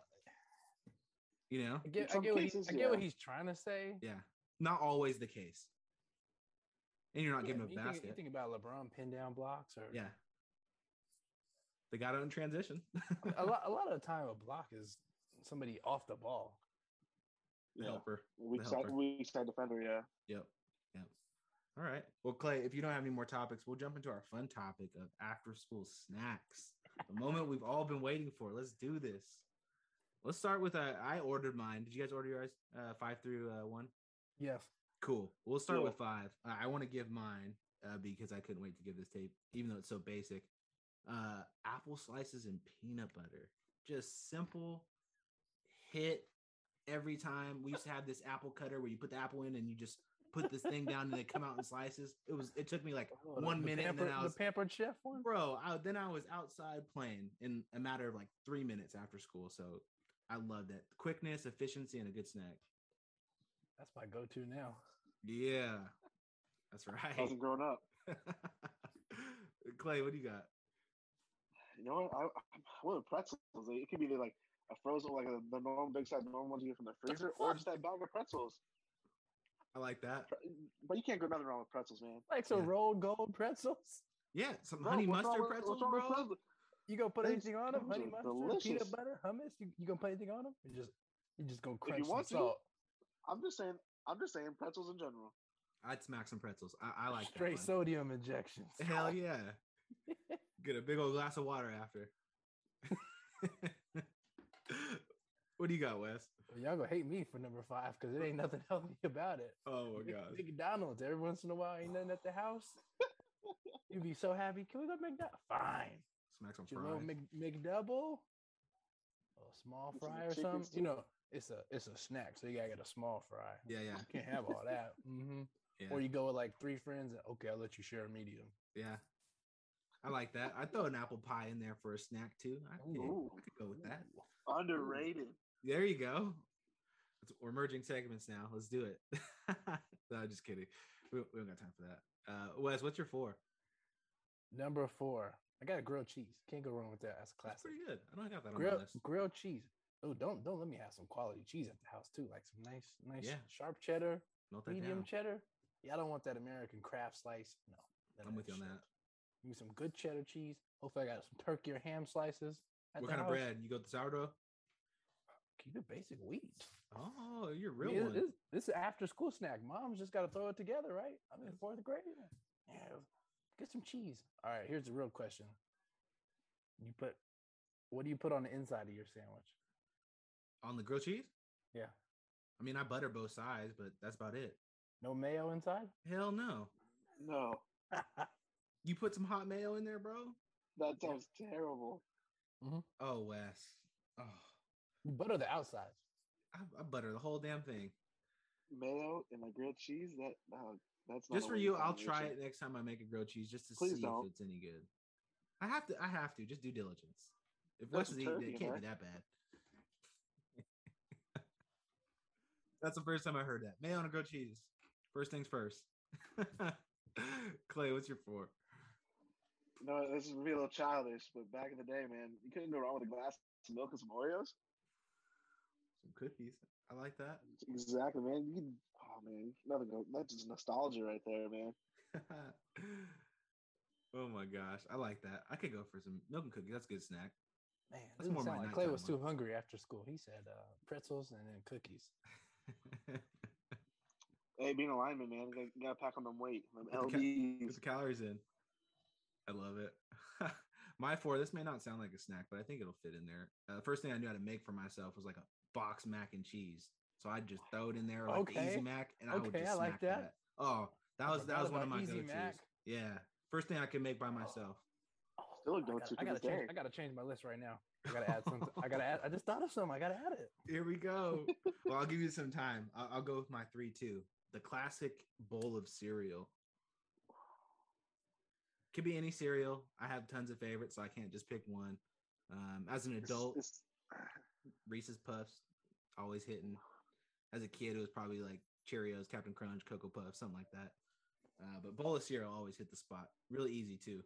S1: You know?
S2: I get. I
S3: some
S2: get, what, he-
S3: cases,
S2: I get what
S3: yeah.
S2: he's trying to say.
S1: Yeah. Not always the case. And you're not
S2: Yeah,
S1: giving
S2: I
S1: up
S2: mean,
S1: a
S2: you think-
S1: basket.
S2: you think about LeBron pin down blocks or
S1: yeah. They got it in transition.
S2: a lot. A lot of the time, a block is somebody off the ball.
S1: the helper.
S3: Weak
S1: the
S3: side,
S1: helper.
S3: weak side defender, yeah.
S1: Yep. Yep. All right. Well, Clay, if you don't have any more topics, we'll jump into our fun topic of after school snacks. The moment we've all been waiting for. Let's do this. Let's start with uh, I ordered mine. Did you guys order yours? Uh, five through uh, one.
S2: Yes.
S1: Cool. We'll start
S3: Yeah.
S1: with five. Uh, I want to give mine uh, because I couldn't wait to give this tape, even though it's so basic. Uh, apple slices and peanut butter. Just simple hit every time. We used to have this apple cutter where you put the apple in and you just put this thing down and they come out in slices. It was it took me like
S2: Oh, the-
S1: one
S2: the
S1: minute and then
S2: pampered-
S1: I was
S2: the pampered chef one.
S1: bro. I, then I was outside playing in a matter of like three minutes after school. So I love that quickness, efficiency, and a good snack.
S2: That's my go-to now.
S1: Yeah, that's
S3: I wasn't growing up.
S1: right. Clay, what do you got?
S3: You know what? I, I want pretzels. Like, It could be the, like a frozen, like a, the normal big size normal ones you get from the freezer, or just that bag of pretzels.
S1: I like that.
S3: Pre- But you can't go nothing wrong with pretzels, man.
S2: Like some
S1: Yeah.
S2: rolled gold pretzels.
S1: Yeah, some
S3: Bro,
S1: honey
S3: what's wrong
S1: mustard
S3: with-
S1: pretzels,
S3: what's wrong with
S1: bro.
S3: pretzels?
S2: You gonna put
S3: Those-
S2: anything on them?
S3: those
S2: Honey
S3: are
S2: mustard,
S3: delicious.
S2: peanut butter, hummus. You, you gonna put anything on them? You just you just gonna crunch some
S3: want to,
S2: salt.
S3: I'm just saying. I'm just saying pretzels in general.
S1: I'd smack some pretzels. I, I like
S2: straight
S1: that. one.
S2: sodium injections.
S1: Hell yeah. Get a big old glass of water after. what do you got, Wes?
S2: Well, Y'all gonna hate me for number five because it ain't nothing healthy about it.
S1: Oh my
S2: Mc-
S1: god.
S2: McDonald's every once in a while, ain't nothing at the house. You'd be so happy. Can we go to McDonald's? Fine.
S1: Smack some
S2: Your little
S1: fries.
S2: Mc, McDouble, a small
S3: Get some
S2: fry or
S3: chicken
S2: something. You
S3: steak.
S2: know, it's a it's a snack, so you gotta get a small fry.
S1: Yeah, yeah,
S2: You can't have all that. hmm
S1: yeah,
S2: Or you go with like three friends, and okay, I'll let you share a medium.
S1: yeah. I like that. I throw an apple pie in there for a snack too. I could,
S3: Ooh.
S1: I could go with that.
S3: Underrated.
S1: There you go. It's- We're merging segments now. Let's do it. no, just kidding. We, we don't got time for that. Uh, Wes, what's your four?
S2: Number four, I got a grilled cheese. Can't go wrong with that. That's a
S1: That's
S2: classic.
S1: pretty good. I don't have that on my
S2: grilled
S1: list.
S2: grilled cheese. Oh, don't don't let me have some quality cheese at the house too. Like some nice, nice
S1: Yeah.
S2: sharp cheddar,
S1: Note that
S2: medium
S1: down.
S2: cheddar. Yeah, I don't want that American craft slice. No, none of
S1: I'm with you on
S2: shit.
S1: that.
S2: Give me some good cheddar cheese. Hopefully, I got some turkey or ham slices. at
S1: What
S2: the
S1: kind of
S2: house.
S1: bread? You go with the sourdough?
S2: Keep it basic wheat.
S1: Oh, you're a
S2: I
S1: real
S2: mean,
S1: one.
S2: This, this is an after school snack. Mom's just got to throw it together, right? I'm in fourth grade. Yeah, get some cheese. All right, here's the real question. You put, what do you put on the inside of your sandwich?
S1: On the grilled cheese?
S2: Yeah.
S1: I mean, I butter both sides, but that's about it.
S2: No mayo inside?
S1: Hell no.
S3: No,
S1: You put some hot mayo in there, bro?
S3: that sounds terrible.
S1: Oh, Wes. Oh,
S2: You butter the outside.
S1: I, I butter the whole damn thing.
S3: Mayo and a grilled cheese. That uh, that's not
S1: just
S3: a
S1: for
S3: winning
S1: you, I'll try
S3: combination.
S1: it next time I make a grilled cheese just to
S3: Please
S1: see
S3: don't.
S1: if it's any good. I have to. I have to. Just due diligence. If
S3: Got
S1: Wes
S3: some
S1: is eating it,
S3: turkey
S1: it
S3: in
S1: can't be that bad. That's the first time I heard that. Mayo and a grilled cheese. First things first. Clay, what's your four?
S3: No, this is gonna be a little childish, but back in the day, man, you couldn't go wrong with a glass of milk and some Oreos.
S1: Some cookies. I like that.
S3: Exactly, man. You can, oh man, nothing go. That's just nostalgia right there, man.
S1: oh my gosh, I like that. I could go for some milk and cookies. That's a good snack.
S2: Man,
S1: That's
S2: doesn't
S1: more my
S2: sound like Clay
S1: nighttime
S2: was too hungry after school. He said uh, pretzels and then cookies.
S3: Hey, being a lineman, man, you gotta, you gotta pack on them weight, them
S1: With the ca- Get
S3: LBs.
S1: the calories in. I love it. My four, this may not sound like a snack, but I think it'll fit in there. Uh, the first thing I knew how to make for myself was like a box mac and cheese. So I'd just throw it in there like the
S2: Okay.
S1: easy mac and I would
S2: Okay,
S1: just
S2: I
S1: smack
S2: like
S1: that.
S2: that.
S1: Oh, that
S2: I
S1: was that
S2: forgot
S1: was one of
S2: about
S1: my
S2: Easy
S1: go-to's.
S2: Mac.
S1: Yeah. First thing I could make by myself.
S2: Oh,
S3: Still a
S2: I gotta-
S3: go-to to
S2: I gotta
S3: this
S2: change.
S3: day.
S2: I gotta change my list right now. I gotta add something. I gotta add. I just thought of some. I gotta add it.
S1: Here we go. well, I'll give you some time. I'll, I'll go with my three two. The classic bowl of cereal. Could be any cereal. I have tons of favorites, so I can't just pick one. Um, as an adult,
S3: It's,
S1: Reese's Puffs, always hitting. As a kid, it was probably like Cheerios, Captain Crunch, Cocoa Puffs, something like that. Uh, but bowl of cereal always hit the spot. Really easy too.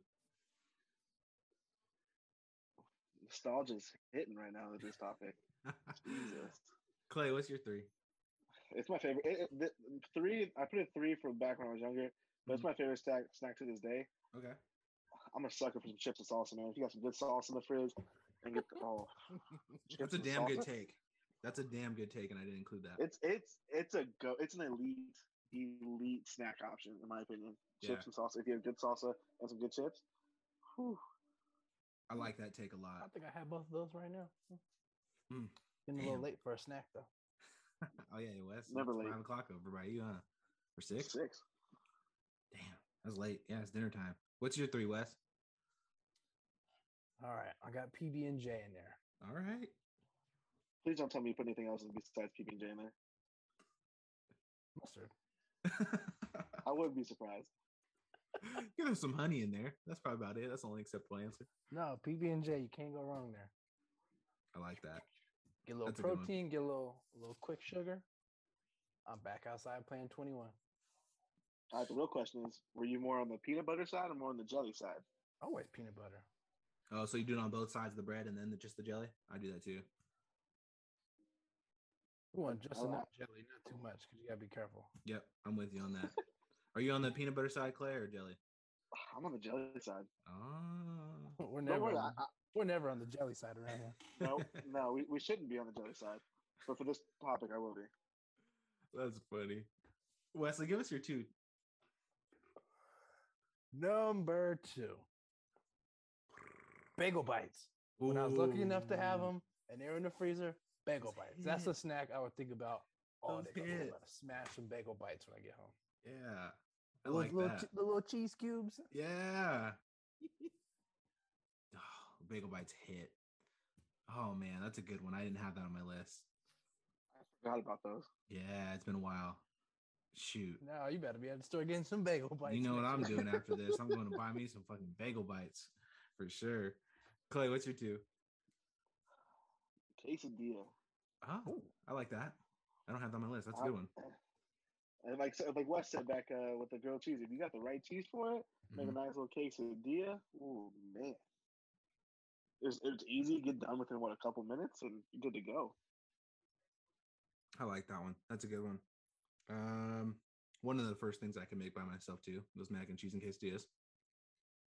S3: nostalgia's hitting right now with this topic. Jesus.
S1: Clay, what's your three?
S3: It's my favorite. It, it, the- three, I put it three from back when I was younger,
S1: Mm-hmm.
S3: but it's my favorite snack, snack to this day.
S1: Okay.
S3: I'm a sucker for some chips and salsa, man. If you got some good sauce in the fridge, and get oh, chips
S1: That's a
S3: and
S1: damn good
S3: salsa.
S1: take. That's a damn good take, and I didn't include that.
S3: It's it's it's a go. It's an elite elite snack option in my opinion.
S1: Yeah.
S3: Chips and salsa. If you have good salsa and some good chips, whew,
S1: I like that take a lot.
S2: I think I have both of those right now.
S1: Mm.
S2: Getting a little
S1: Damn.
S2: late for a snack though.
S1: Oh yeah, Wes. it's
S3: Never late.
S1: Five o'clock over by you, huh? Or six?
S3: six. six.
S1: Damn, that's late. Yeah, it's dinner time. What's your three, Wes?
S2: All right, I got PB and J in there.
S1: All right.
S3: Please don't tell me you put anything else in besides PB and J in there.
S2: Mustard.
S3: I wouldn't be surprised.
S1: Give him some honey in there. That's probably about it. That's the only acceptable answer.
S2: No, PB and J. You can't go wrong there.
S1: I like that.
S2: Get a little
S1: That's a good one.
S2: protein. Get a little, a little quick sugar. I'm back outside playing 21.
S3: All right, the real question is: Were you more on the peanut butter side or more on the jelly side?
S2: Always peanut butter.
S1: Oh, so you do it on both sides of the bread and then the, just the jelly? I do that too.
S2: We want just
S3: Oh, I-
S2: enough jelly, not too much, because you gotta be careful.
S1: Yep, I'm with you on that. Are you on the peanut butter side, Clay, or jelly?
S3: I'm on the jelly side.
S1: Oh.
S2: We're
S3: Don't
S2: never,
S3: worry,
S2: on,
S3: I,
S2: the- we're never on the jelly side around here.
S3: no, no, we, we shouldn't be on the jelly side. But for this topic, I will be.
S1: That's funny. Wesley, give us your two.
S2: Number two, bagel bites. When I was lucky enough to have
S1: Ooh.
S2: them, and they're in the freezer, bagel
S1: Those
S2: bites. That's a
S1: hit.
S2: snack I would think about all
S1: Those
S2: day. Like, "Ooh, I'm
S1: hit.
S2: gonna smash some bagel bites when I get home.
S1: Yeah. I
S2: Those
S1: like
S2: little,
S1: that.
S2: che- the little cheese cubes.
S1: Yeah. Oh, bagel bites hit. Oh man, that's a good one. I didn't have that on my list.
S3: I forgot about those.
S1: Yeah, it's been a while. Shoot.
S2: Now you better be at the store getting some bagel bites.
S1: You know what
S2: next
S1: I'm
S2: week.
S1: doing after this? I'm going to buy me some fucking bagel bites for sure. Clay, what's your two?
S3: Quesadilla.
S1: Oh, I like that. I don't have that on my list. That's a
S3: I-
S1: good one.
S3: And like like Wes said back uh, with the grilled cheese, if you got the right cheese for it,
S2: Uh,
S3: make a
S1: Mhm.
S3: nice little quesadilla. Oh man, it's it's easy. Get done within what a couple minutes, and you're good to go.
S1: I like that one. That's a good one. Um, one of the first things I can make by myself too was mac and cheese and quesadillas.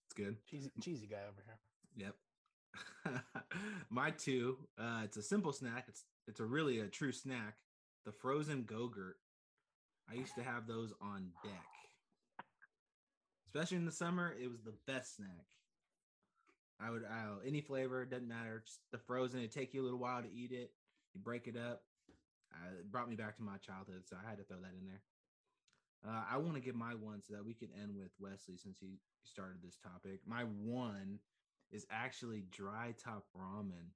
S1: It's good.
S2: Cheesy, cheesy guy over here.
S1: Yep. My two. Uh, it's a simple snack. It's it's a really a true snack. The frozen go-gurt. I used to have those on deck, especially in the summer. It was the best snack. I would I, any flavor it doesn't matter. Just the frozen. It take you a little while to eat it. You break it up. Uh, it brought me back to my childhood, so I had to throw that in there. Uh, I want to give my one so that we can end with Wesley since he started this topic. My one is actually dry top ramen.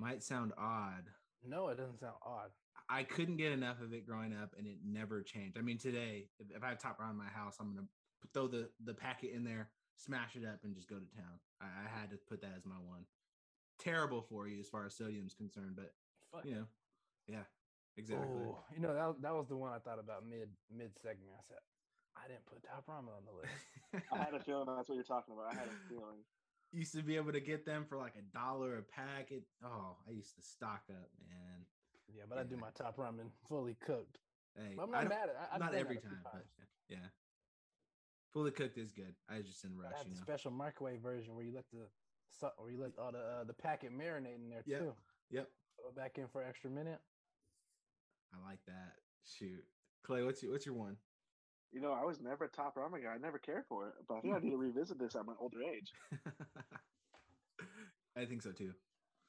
S1: Might sound odd.
S2: No, it doesn't sound odd.
S1: I couldn't get enough of it growing up and it never changed. I mean, today, if, if I have top ramen in my house, I'm going to throw the, the packet in there, smash it up, and just go to town. I, I had to put that as my one. Terrible for you as far as sodium's concerned, but
S2: Fuck.
S1: you know, yeah, exactly.
S2: Oh, you know that that was the one I thought about mid mid segment. I said I didn't put top ramen on the list.
S3: I had a feeling that's what you're talking about. I had a feeling.
S1: used to be able to get them for like a dollar a packet. Oh, I used to stock up, man.
S2: Yeah, but I do
S1: Yeah.
S2: my top ramen fully cooked.
S1: Hey,
S2: But I'm
S1: I
S2: not
S1: don't-
S2: mad at it. I- I've
S1: not
S2: done
S1: every
S2: that a few
S1: time, but
S2: times.
S1: yeah. Fully cooked is good. I was just in a
S2: But
S1: rush,
S2: I have
S1: you
S2: the
S1: know.
S2: special microwave version where you let the su- where you let all the uh, the packet marinate in there
S1: Yep.
S2: too.
S1: Yep,
S2: Go back in for an extra minute.
S1: I like that. Shoot, Clay, what's your what's your one?
S3: You know, I was never a top ramen guy. I never cared for it, but I think I need to revisit this at my older age.
S1: I think so too.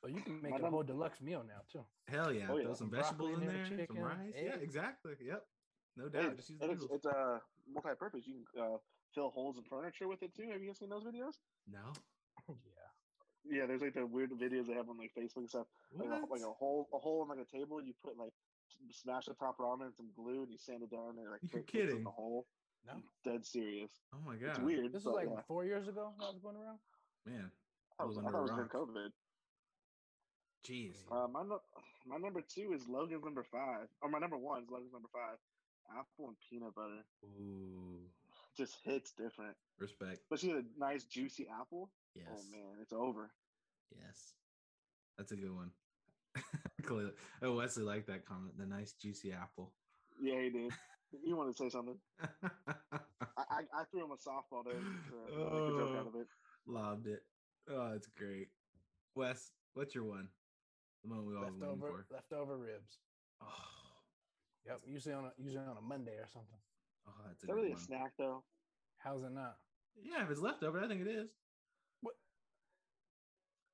S2: Oh, you can make
S3: My
S2: a
S3: num-
S2: whole deluxe meal now too.
S1: Hell yeah,
S3: Oh,
S1: throw
S3: yeah.
S1: some
S2: Broccoli
S1: vegetables in
S2: in there,
S1: there, some
S2: chicken,
S1: rice. Yeah,
S2: egg.
S1: exactly. Yep, no
S3: Hey,
S1: doubt. Just use the
S3: and it's,
S1: noodles.
S3: it's uh, multi-purpose. You can uh, fill holes in furniture with it too. Have you guys seen those videos?
S1: No,
S2: yeah.
S3: Yeah, there's like the weird videos they have on like Facebook and stuff. Like a, like
S1: What?
S3: a hole, a hole in like a table. You put like s- smash the top ramen and some glue, and you sand it down, and it, like
S1: You're
S3: fit- fits in
S1: kidding.
S3: the hole.
S2: No.
S3: Dead serious.
S1: Oh my god,
S3: It's weird.
S2: This was
S3: but,
S2: like
S3: yeah,
S2: four years ago. when I was going around.
S1: man.
S3: I
S1: was
S3: was, I
S1: under
S3: thought
S1: a
S3: it was during
S1: rock.
S3: COVID.
S1: Jeez.
S2: Uh,
S3: Uh, my nu- my number two is Logan's number five, or my number one is Logan's number five. Apple and peanut butter
S1: Ooh,
S3: just hits different.
S1: respect.
S3: Especially with a nice juicy apple.
S1: Yes.
S3: Oh man, it's over.
S1: Yes. That's a good one. Clay- oh, Wesley liked that comment. The nice juicy apple.
S3: Yeah, he did. you want to say something? I, I, I threw him a softball there to make a joke out of it.
S1: Loved it. Oh, that's great. Wes, what's your one? The one we all waiting
S2: Leftover
S1: for.
S2: leftover ribs.
S1: Oh,
S2: Yep. Usually on a, usually on a Monday or something.
S1: oh, that's a
S3: Is that
S1: good
S3: really a
S1: one.
S3: snack though?
S2: How's it not?
S1: Yeah, if it's leftover, I think it is.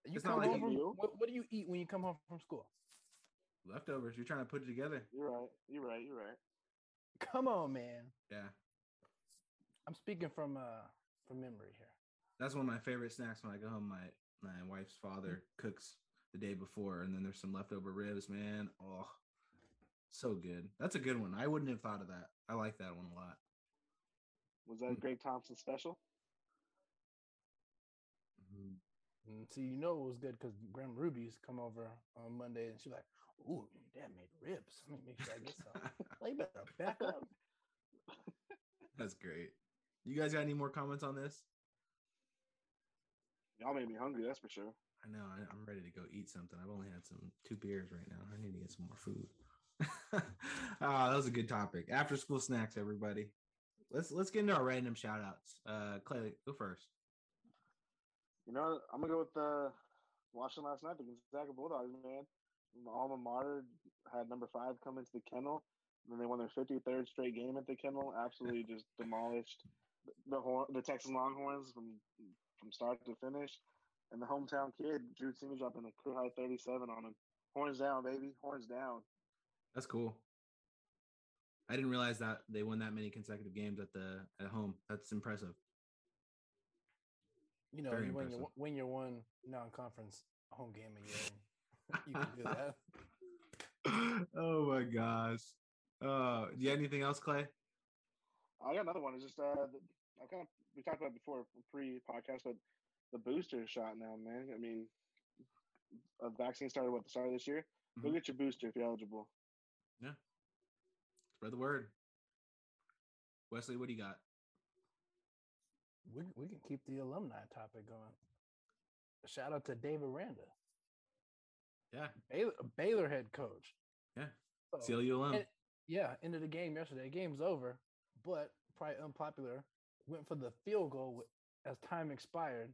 S2: You
S1: It's not
S2: come
S1: like
S2: home
S3: a
S2: from,
S3: meal.
S2: what, what do you eat when you come home from school?
S1: Leftovers. You're trying to put it together.
S3: You're right. You're right. You're right.
S2: Come on, man.
S1: Yeah.
S2: I'm speaking from uh from memory here.
S1: That's one of my favorite snacks when I go home. My my wife's father cooks the day before, and then there's some leftover ribs, man. Oh, so good. That's a good one. I wouldn't have thought of that. I like that one a lot.
S3: Was that a
S1: Mm.
S3: Greg Thompson special?
S1: Mm-hmm.
S2: And so Mm, you know it was good because Grim Ruby's come over on Monday and she's like, "Ooh, your dad made ribs. Let me make sure I get some." like, better back up.
S1: That's great. You guys got any more comments on this?
S3: Y'all made me hungry, that's for sure.
S1: I know I, I'm ready to go eat something. I've only had some two beers right now. I need to get some more food. Ah, that was a good topic. After school snacks, everybody. Let's let's get into our random shout outs. Uh Clay, go first.
S3: You know, I'm gonna go with the Washington last night, the Gonzaga Bulldogs, man. My alma mater had number five come into the kennel, and then they won their 53rd straight game at the kennel. Absolutely just demolished the Hor- the Texas Longhorns from from start to finish, and the hometown kid Drew Timmy dropping a career high 37 on him. Horns down, baby. Horns down.
S1: That's cool. I didn't realize that they won that many consecutive games at the at home. That's impressive.
S2: You know,
S1: Very
S2: you win your
S1: impressive.
S2: win your one non-conference home game a year. you can do that.
S1: oh my gosh. Uh do you have anything else, Clay?
S3: I got another one. It's just uh, the- I kind of we talked about it before pre-podcast, but the booster shot now, man. I mean, a vaccine started what the start of this year. Go
S1: Mhm.
S3: get your booster if you're eligible.
S1: Spread the word. Wesley, what do you got?
S2: We we can keep the alumni topic going. Shout out to David Randa,
S1: Yeah.
S2: Baylor, Baylor head coach.
S1: Yeah.
S2: So-
S1: CLU alum.
S2: And- yeah, end of the game yesterday. Game's over, but probably unpopular. Went for the field goal with, as time expired,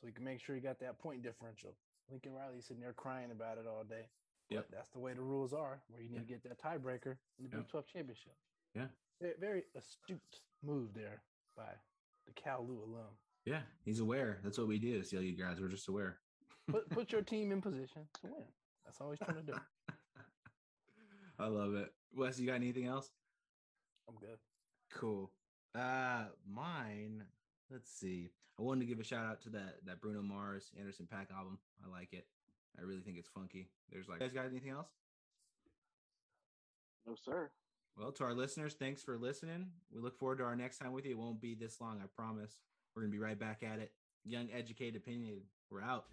S2: so he can make sure he got that point differential. Lincoln Riley sitting there crying about it all day. But
S1: Yep.
S2: that's the way the rules are. Where you need
S1: Yeah.
S2: to get that tiebreaker in the
S1: Yeah.
S2: Big Twelve championship.
S1: Yeah.
S2: very, very astute move there by the Cal Lou alum.
S1: Yeah, he's aware. That's what we do as CLU guys. We're just aware.
S2: Put put your team in position to win. That's all he's trying to do.
S1: I love it. Wes, you got anything else?
S2: I'm good.
S1: Cool. Uh mine. Let's see. I wanted to give a shout out to that that Bruno Mars Anderson Pack album. I like it. I really think it's funky. There's like you guys got anything else?
S3: No sir.
S1: Well, to our listeners, thanks for listening. We look forward to our next time with you. It won't be this long, I promise. We're gonna be right back at it. Young, educated, opinionated. We're out.